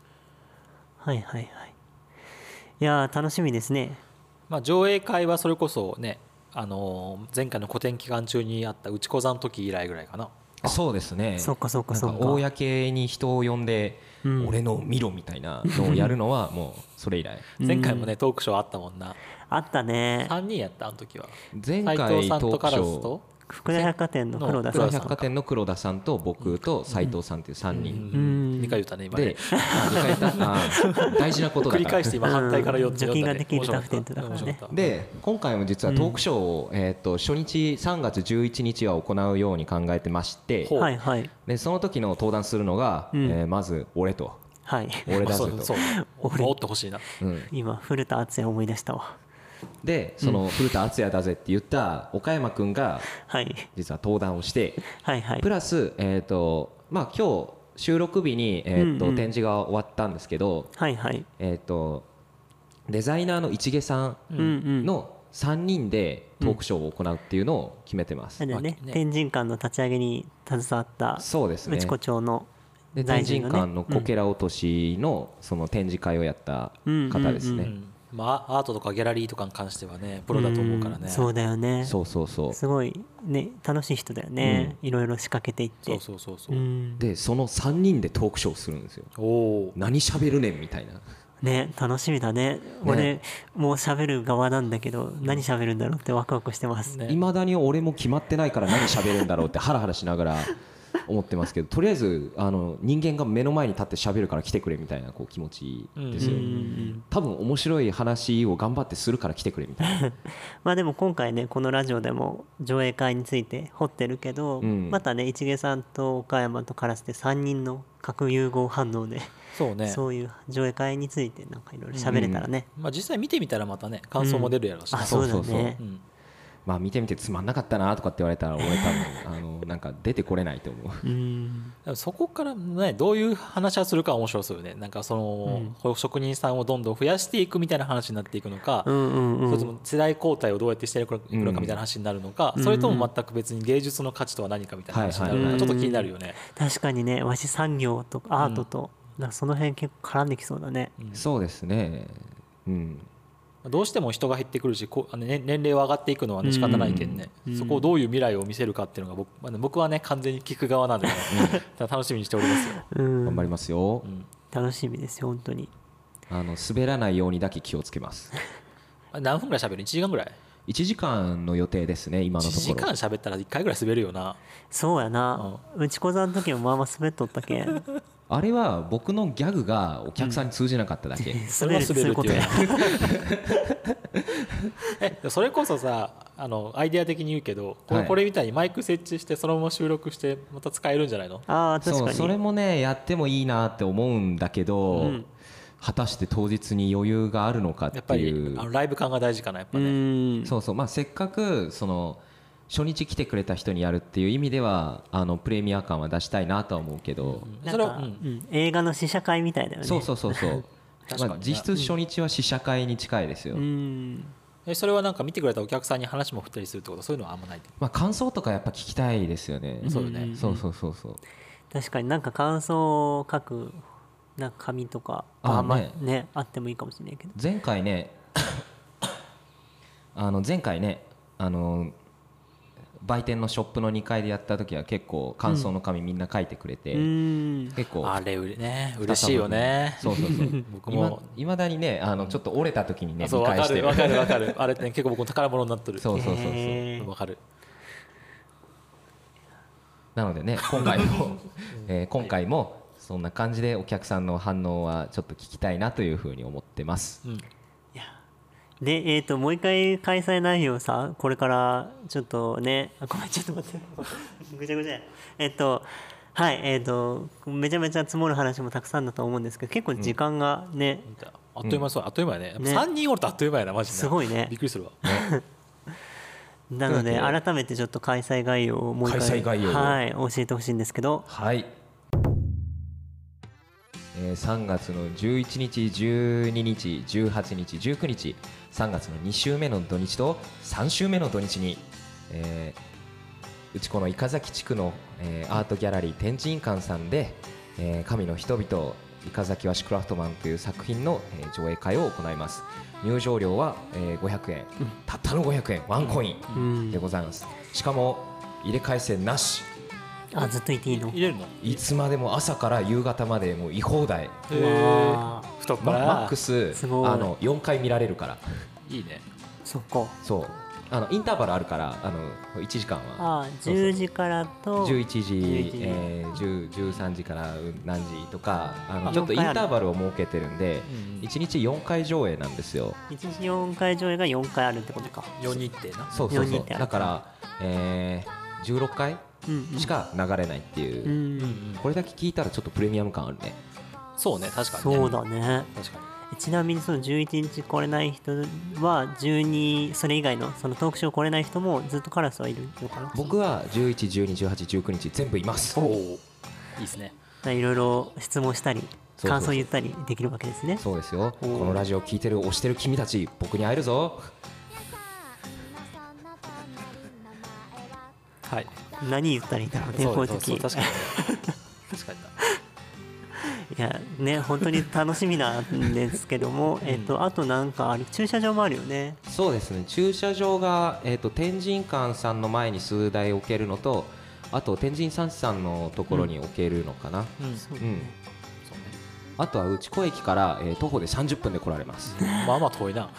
[SPEAKER 2] はいはいはいいやー楽しみですね
[SPEAKER 3] まあ、上映会はそれこそね、あのー前回の古典期間中にあった内子座の時以来ぐらいかな
[SPEAKER 1] そうですね
[SPEAKER 2] そっかそっか
[SPEAKER 1] なん
[SPEAKER 2] そ
[SPEAKER 1] か
[SPEAKER 2] っか
[SPEAKER 1] 公に人を呼んで、
[SPEAKER 2] うん
[SPEAKER 1] 俺のを見ろみたいなのをやるのはもうそれ以来
[SPEAKER 3] 前回もねトークショーあったもんな
[SPEAKER 2] あったね
[SPEAKER 3] 3人やったあの時は
[SPEAKER 1] 前回ト
[SPEAKER 3] 斉藤さんと
[SPEAKER 1] ー
[SPEAKER 3] カ
[SPEAKER 1] ク
[SPEAKER 3] ラ
[SPEAKER 1] シ
[SPEAKER 3] ス
[SPEAKER 1] ョー
[SPEAKER 3] と
[SPEAKER 2] 福田百貨店の黒田
[SPEAKER 1] 黒
[SPEAKER 2] さ
[SPEAKER 1] 田
[SPEAKER 2] ん
[SPEAKER 1] 百貨店の黒田さんと僕と斉藤さんっていう3
[SPEAKER 3] う
[SPEAKER 1] 人
[SPEAKER 3] ん2回言ったね今ね
[SPEAKER 1] で、あ二回言ったあー大事なこと
[SPEAKER 3] *laughs* 繰
[SPEAKER 1] だ
[SPEAKER 3] り
[SPEAKER 1] か
[SPEAKER 3] 返して
[SPEAKER 1] ら
[SPEAKER 3] 今反対から4つ
[SPEAKER 2] うん
[SPEAKER 3] 読んだ
[SPEAKER 2] 除菌ができるタフテントだからね
[SPEAKER 3] 面白かった
[SPEAKER 1] で今回も実はトークショーを、えー、と初日3月11日は行うように考えてまして
[SPEAKER 3] ほう
[SPEAKER 2] はいはい
[SPEAKER 1] でその時の登壇するのが、
[SPEAKER 2] うん
[SPEAKER 1] えーまず俺と
[SPEAKER 2] はい *laughs*
[SPEAKER 1] 俺だ
[SPEAKER 3] あそ
[SPEAKER 1] ぜ
[SPEAKER 3] うそ
[SPEAKER 1] と
[SPEAKER 3] う。
[SPEAKER 2] 俺
[SPEAKER 3] おってほしいな
[SPEAKER 1] うん
[SPEAKER 2] 今古田敦也思い出したわ
[SPEAKER 1] でその古田敦也だぜって言った岡山君が
[SPEAKER 2] はい
[SPEAKER 1] 実は登壇をして
[SPEAKER 2] はいはい
[SPEAKER 1] プラス、えーとまあ、今日収録日に、えーと
[SPEAKER 2] うんうん
[SPEAKER 1] 展示が終わったんですけど、
[SPEAKER 2] はいはい
[SPEAKER 1] えー、とデザイナーの市毛さ
[SPEAKER 2] うんんうん
[SPEAKER 1] の3人でトークショーを行うっていうのを決めてます。
[SPEAKER 2] あれだよね
[SPEAKER 3] まあね
[SPEAKER 2] 天神館の立ち上げに携わった
[SPEAKER 1] そうですね
[SPEAKER 2] 内子町の
[SPEAKER 1] で
[SPEAKER 2] 在
[SPEAKER 1] 天
[SPEAKER 2] 住
[SPEAKER 1] 神
[SPEAKER 2] のね
[SPEAKER 1] 館のこけら落としのその展示会をやった方です
[SPEAKER 2] うん
[SPEAKER 1] ね、
[SPEAKER 3] うんまあアートとかギャラリーとかに関してはねプロだと思うからね
[SPEAKER 2] んそうだよね
[SPEAKER 1] そうそうそう
[SPEAKER 2] すごいね楽しい人だよねいろいろ仕掛けていって
[SPEAKER 3] そうそうそうそう
[SPEAKER 2] うん
[SPEAKER 1] でその3人でトークショーするんですよ
[SPEAKER 3] おお
[SPEAKER 1] 何喋るねんみたいな
[SPEAKER 2] ね楽しみだね俺もう喋る側なんだけど何喋るんだろうってワクワクしてます
[SPEAKER 3] ね
[SPEAKER 1] いまだに俺も決まってないから何喋るんだろうってハラハラしながら思ってますけどとりあえずあの人間が目の前に立って喋るから来てくれみたいなこう気持ちですよ、
[SPEAKER 3] うん
[SPEAKER 1] 多分面白い話を頑張ってするから来てくれみたいな
[SPEAKER 2] *laughs* まあでも今回ねこのラジオでも上映会について掘ってるけど、
[SPEAKER 1] うん
[SPEAKER 2] またね市毛さんと岡山と烏で3人の核融合反応で、
[SPEAKER 3] そうね
[SPEAKER 2] そういう上映会についてなんかいろいろ喋れたらね、
[SPEAKER 3] まあ実際見てみたらまたね感想も出るやろうし
[SPEAKER 2] あ
[SPEAKER 3] な
[SPEAKER 2] そうだね
[SPEAKER 1] そうそうそう
[SPEAKER 3] うん
[SPEAKER 1] まあ見てみてつまんなかったなとかって言われたら俺多分あのなんか出てこれないと思う
[SPEAKER 2] うん
[SPEAKER 3] でもそこからねどういう話をするかは面白そうよねなんかその、こう職人さんをどんどん増やしていくみたいな話になっていくのか、
[SPEAKER 2] うんうんうん
[SPEAKER 3] それとも世代交代をどうやってしていくのかみたいな話になるのか、それとも全く別に芸術の価値とは何かみたいな話になるの
[SPEAKER 1] はいは
[SPEAKER 3] か
[SPEAKER 1] い
[SPEAKER 3] ちょっと気になるよね。
[SPEAKER 2] 確かにね和紙産業とかアートと、なんかその辺結構絡んできそうだね
[SPEAKER 3] うん
[SPEAKER 1] そうですねうん
[SPEAKER 3] どうしても人が減ってくるしこうあのね年齢は上がっていくのはね仕方ないけんね、
[SPEAKER 2] うん
[SPEAKER 3] そこをどういう未来を見せるかっていうのが僕,、まあね、僕はね完全に聞く側なので、 *laughs* 楽しみにしておりますよ。
[SPEAKER 2] うん
[SPEAKER 1] 頑張りますよ、
[SPEAKER 3] うん
[SPEAKER 2] 楽しみですよ本当に
[SPEAKER 1] あの滑らないようにだけ気をつけます
[SPEAKER 3] あ何分ぐらい喋る ?1 時間ぐらい
[SPEAKER 1] 1時間の予定ですね今
[SPEAKER 3] ?1
[SPEAKER 1] のと
[SPEAKER 3] 時
[SPEAKER 1] ころ
[SPEAKER 3] 間喋ったら1回ぐらい滑るよな。
[SPEAKER 2] そうやな、うちこざの時もまあまあ滑っとったけん
[SPEAKER 1] あれは僕のギャグがお客さんに通じなかっただ
[SPEAKER 3] *laughs*
[SPEAKER 1] け、
[SPEAKER 3] それは滑
[SPEAKER 2] そういう
[SPEAKER 3] るって
[SPEAKER 2] こ
[SPEAKER 3] い
[SPEAKER 2] と
[SPEAKER 3] う
[SPEAKER 2] や
[SPEAKER 3] ね *laughs* えそれこそさあのアイデア的に言うけどこ
[SPEAKER 1] は
[SPEAKER 3] れ
[SPEAKER 1] い
[SPEAKER 3] これみたいにマイク設置してそのまま収録してまた使えるんじゃないの
[SPEAKER 2] ああ確
[SPEAKER 1] そ
[SPEAKER 2] か
[SPEAKER 1] う
[SPEAKER 2] に
[SPEAKER 1] それもねやってもいいなって思うんだけど、
[SPEAKER 2] うん
[SPEAKER 1] 果たして当日に余裕があるのか
[SPEAKER 3] や
[SPEAKER 1] っ
[SPEAKER 3] っぱ
[SPEAKER 1] て
[SPEAKER 3] り
[SPEAKER 1] いう
[SPEAKER 3] あのライブ感が大事かなやっぱ
[SPEAKER 2] う
[SPEAKER 3] ね、
[SPEAKER 2] ん
[SPEAKER 1] そうそうまあせっかくその初日来てくれた人にやるっていう意味ではあのプレミア感は出したいなとは思うけど、
[SPEAKER 2] なん
[SPEAKER 3] それ
[SPEAKER 2] か、
[SPEAKER 3] は、
[SPEAKER 2] う
[SPEAKER 3] うんん、
[SPEAKER 2] 映画の試写会みたいだよね
[SPEAKER 1] そうそうそうそう、
[SPEAKER 3] *laughs* 確かに
[SPEAKER 1] まあ、実質初日は試写会に近いですよ、
[SPEAKER 2] うん
[SPEAKER 3] えそれはなんか見てくれたお客さんに話も振ったりするってことそういうのはあんまないってこ
[SPEAKER 1] まあ、感想とかやっぱ聞きたいですよね、
[SPEAKER 3] とそうよね、
[SPEAKER 1] そうそうそうそう
[SPEAKER 2] 確かになんか感想を書くなんか紙とか
[SPEAKER 1] あ
[SPEAKER 2] ま
[SPEAKER 1] ね
[SPEAKER 2] ねあってもいいかもしれないけど
[SPEAKER 1] 前回ね *coughs* あの前回ねあの売店のショップの2階でやった時は結構感想の紙みんな書いてくれて、
[SPEAKER 2] うん
[SPEAKER 1] 結構
[SPEAKER 3] あれうれね嬉しいよね
[SPEAKER 1] そうそう
[SPEAKER 3] *laughs*
[SPEAKER 1] そう
[SPEAKER 3] 僕も
[SPEAKER 1] いまだにねあのちょっと折れた時にね
[SPEAKER 3] あそう
[SPEAKER 1] 見
[SPEAKER 3] 分
[SPEAKER 1] 返
[SPEAKER 3] か
[SPEAKER 1] して
[SPEAKER 3] る分かる分かるあれってね結構僕の宝物になってる
[SPEAKER 1] そうそうそうそう
[SPEAKER 2] へー
[SPEAKER 3] 分かる
[SPEAKER 1] なので
[SPEAKER 3] *laughs*
[SPEAKER 1] ね今回も、えー今回もそんな感じでお客さんの反応はちょっと聞きたいなというふうに思ってます
[SPEAKER 3] うん
[SPEAKER 2] でえっ、ともう一回開催内容さこれからちょっとねあごめんちょっと待って *laughs* ぐちゃぐちゃやえっ、とはいえっ、とめちゃめちゃ積もる話もたくさんだと思うんですけど結構時間がね、
[SPEAKER 3] あっという間そうあっという間やね
[SPEAKER 2] ね
[SPEAKER 3] 3人おるとあっという間やなマジです
[SPEAKER 2] ごいね
[SPEAKER 3] びっくりするわ
[SPEAKER 2] なので
[SPEAKER 1] というわ
[SPEAKER 2] 改めてちょっと開催概要をもう一回
[SPEAKER 1] 開催概要を
[SPEAKER 2] はい教えてほしいんですけど
[SPEAKER 1] はい、えー3月の11日12日18日19日3月の2週目の土日と3週目の土日に、えーうちこの伊香崎地区の、えーアートギャラリー天神館さんで「えー神の人々伊香崎和紙クラフトマン」という作品の、えー上映会を行います入場料は、えー500円たったの500円ワンコイ
[SPEAKER 2] う
[SPEAKER 1] ンで
[SPEAKER 2] ん
[SPEAKER 1] ございますしかも入れ替え制なし
[SPEAKER 2] あずっと言っていいの
[SPEAKER 3] 入れるの
[SPEAKER 1] いつまでも朝から夕方までもう居放題
[SPEAKER 3] へー
[SPEAKER 2] わあ
[SPEAKER 3] 太っ
[SPEAKER 1] マ
[SPEAKER 3] 腹
[SPEAKER 1] マックス
[SPEAKER 2] す
[SPEAKER 1] あ
[SPEAKER 2] ごい
[SPEAKER 1] の4回見られるから
[SPEAKER 3] いいね
[SPEAKER 2] そっか
[SPEAKER 1] そうあのインターバルあるからあの1時間は
[SPEAKER 2] あ
[SPEAKER 1] そうそう
[SPEAKER 2] 10時からと
[SPEAKER 1] 11時
[SPEAKER 2] 11時
[SPEAKER 1] えー10 13時から何時とかあの
[SPEAKER 2] あ
[SPEAKER 1] ちょっとイ
[SPEAKER 2] 4
[SPEAKER 1] ン
[SPEAKER 2] 回ある
[SPEAKER 1] ターバルを設けてるんで
[SPEAKER 3] うんうん
[SPEAKER 1] 1日4回上映なんですよ
[SPEAKER 2] 1時4回上映が4回あるってことか
[SPEAKER 3] 4人ってな
[SPEAKER 1] そうそうそ
[SPEAKER 2] 4人
[SPEAKER 1] う
[SPEAKER 2] ってある
[SPEAKER 1] だから、えー16回
[SPEAKER 2] うんうん
[SPEAKER 1] しか流れないっていうう、
[SPEAKER 2] ん、
[SPEAKER 1] これだけ聞いたらちょっとプレミアム感あるね
[SPEAKER 3] そうね確かにね
[SPEAKER 2] そうだね
[SPEAKER 3] 確かに
[SPEAKER 2] ちなみにその11日来れない人は12それ以外のそのトークショー来れない人もずっとカラスはいるのかな
[SPEAKER 1] 僕は11121819日全部います
[SPEAKER 3] おおいいですね
[SPEAKER 2] いろいろ質問したり
[SPEAKER 1] そうそう
[SPEAKER 2] 感想言ったりできるわけですね
[SPEAKER 1] そうですよこ
[SPEAKER 2] おー
[SPEAKER 1] のラジオ聞いてる推してる君たち僕に会えるぞ
[SPEAKER 3] はい
[SPEAKER 2] 何言ったらいいんだろうねこういう時
[SPEAKER 3] そう
[SPEAKER 2] い
[SPEAKER 3] 確か
[SPEAKER 2] *laughs*
[SPEAKER 3] にね確かにな
[SPEAKER 2] やね本当に楽しみなんですけども、えっとあとなんかある駐車場もあるよね
[SPEAKER 1] そうですね駐車場が、えー、と天神館さんの前に数台置けるのとあと天神さんさんのところに置けるのかな、
[SPEAKER 3] うん
[SPEAKER 2] そ
[SPEAKER 3] そうう
[SPEAKER 1] うん
[SPEAKER 3] ね
[SPEAKER 1] あとは内子駅から、えー徒歩で30分で来られます、
[SPEAKER 3] まあまあ遠いなこ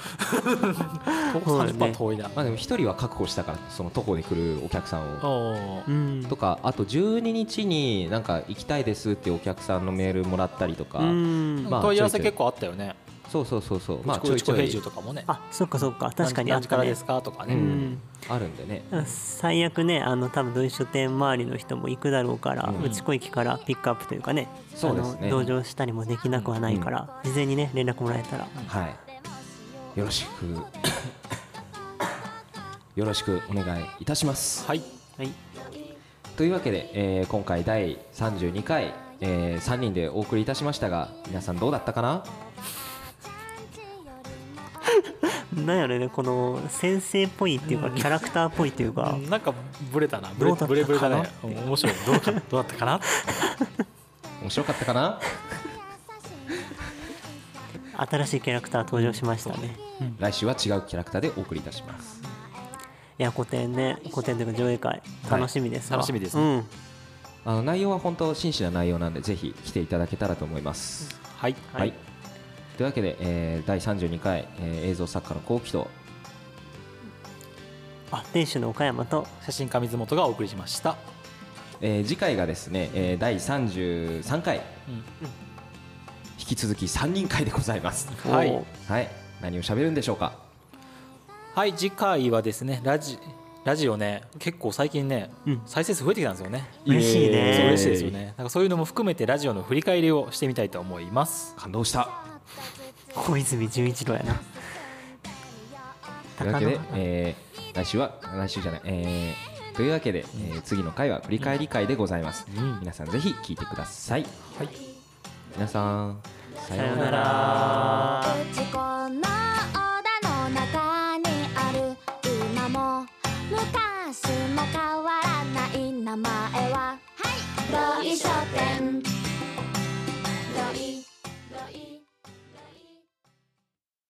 [SPEAKER 3] こ30分は遠いな
[SPEAKER 1] まあでも1人は確保したからその徒歩で来るお客さん
[SPEAKER 3] お
[SPEAKER 1] を
[SPEAKER 3] お
[SPEAKER 2] うん
[SPEAKER 1] とかあと12日になんか行きたいですっていうお客さんのメールもらったりとか、
[SPEAKER 2] うん
[SPEAKER 1] まあ
[SPEAKER 3] 問い合わせ
[SPEAKER 1] ちょいちょい
[SPEAKER 3] 結構あったよね
[SPEAKER 1] そうそうそうそうまあ
[SPEAKER 3] まあ
[SPEAKER 1] ちょいちょ
[SPEAKER 3] 平
[SPEAKER 1] い、
[SPEAKER 3] 住とかもね
[SPEAKER 2] あそっかそっか確かにあ
[SPEAKER 3] 何
[SPEAKER 2] っ
[SPEAKER 3] 時
[SPEAKER 2] た
[SPEAKER 3] から
[SPEAKER 2] ね
[SPEAKER 3] ですかとか
[SPEAKER 1] う
[SPEAKER 3] ね
[SPEAKER 1] ん、あるんでね
[SPEAKER 2] 最悪ねあの多分土井書店周りの人も行くだろうから、
[SPEAKER 1] うん
[SPEAKER 2] 内子駅からピックアップというかね
[SPEAKER 1] そうですね
[SPEAKER 2] あの同乗したりもできなくはないから、事前にね連絡もらえたら、
[SPEAKER 1] はいよろしくよろしくお願いいたします。
[SPEAKER 3] はい
[SPEAKER 2] はい
[SPEAKER 1] というわけで、えー今回第32回、え3人でお送りいたしましたが皆さんどうだったかな
[SPEAKER 2] なんやろねこの先生っぽいっていうかキャラクターっぽいっていうか
[SPEAKER 3] うんなんかブレたなブレ
[SPEAKER 2] どうだったかな
[SPEAKER 3] ブレブレだねうん面白いどうかどうだったかな
[SPEAKER 1] 面白かったかな
[SPEAKER 2] 新しいキャラクター登場しましたね
[SPEAKER 1] 来週は違うキャラクターでお送りいたします
[SPEAKER 2] いや古典ね古典というか上映会楽しみですわ
[SPEAKER 3] 楽しみです
[SPEAKER 2] う
[SPEAKER 3] ね
[SPEAKER 2] ん
[SPEAKER 1] あの内容は本当真摯な内容なんでぜひ来ていただけたらと思います、
[SPEAKER 3] はい
[SPEAKER 2] はい
[SPEAKER 1] はい、というわけで、えー第32回、えー映像作家の幸喜と
[SPEAKER 2] あ店主の岡山と
[SPEAKER 3] 写真家水本がお送りしました
[SPEAKER 1] えー次回がですね、えー第33回、
[SPEAKER 3] うん
[SPEAKER 1] 引き続き3人会でございます
[SPEAKER 3] *laughs* はい
[SPEAKER 2] おー
[SPEAKER 1] はい何を喋るんでしょうか
[SPEAKER 3] はい次回はですねラジラジオね結構最近ね、
[SPEAKER 2] うん
[SPEAKER 3] 再生数増えてきたんですよね
[SPEAKER 2] 嬉しいね
[SPEAKER 1] イエーイ
[SPEAKER 3] そう嬉しいですよねなんかそういうのも含めてラジオの振り返りをしてみたいと思います
[SPEAKER 1] 感動した
[SPEAKER 2] 小泉純一郎やな
[SPEAKER 1] というわけで
[SPEAKER 2] 高、野
[SPEAKER 1] えー来週は来週じゃない、えーというわけで、えー次の回は振り返り会でございます、
[SPEAKER 3] ん
[SPEAKER 1] 皆さんぜひ聞いてください、
[SPEAKER 3] はい
[SPEAKER 1] 皆さんさ
[SPEAKER 2] さよう
[SPEAKER 1] ら
[SPEAKER 2] なら
[SPEAKER 4] 打ち込んだ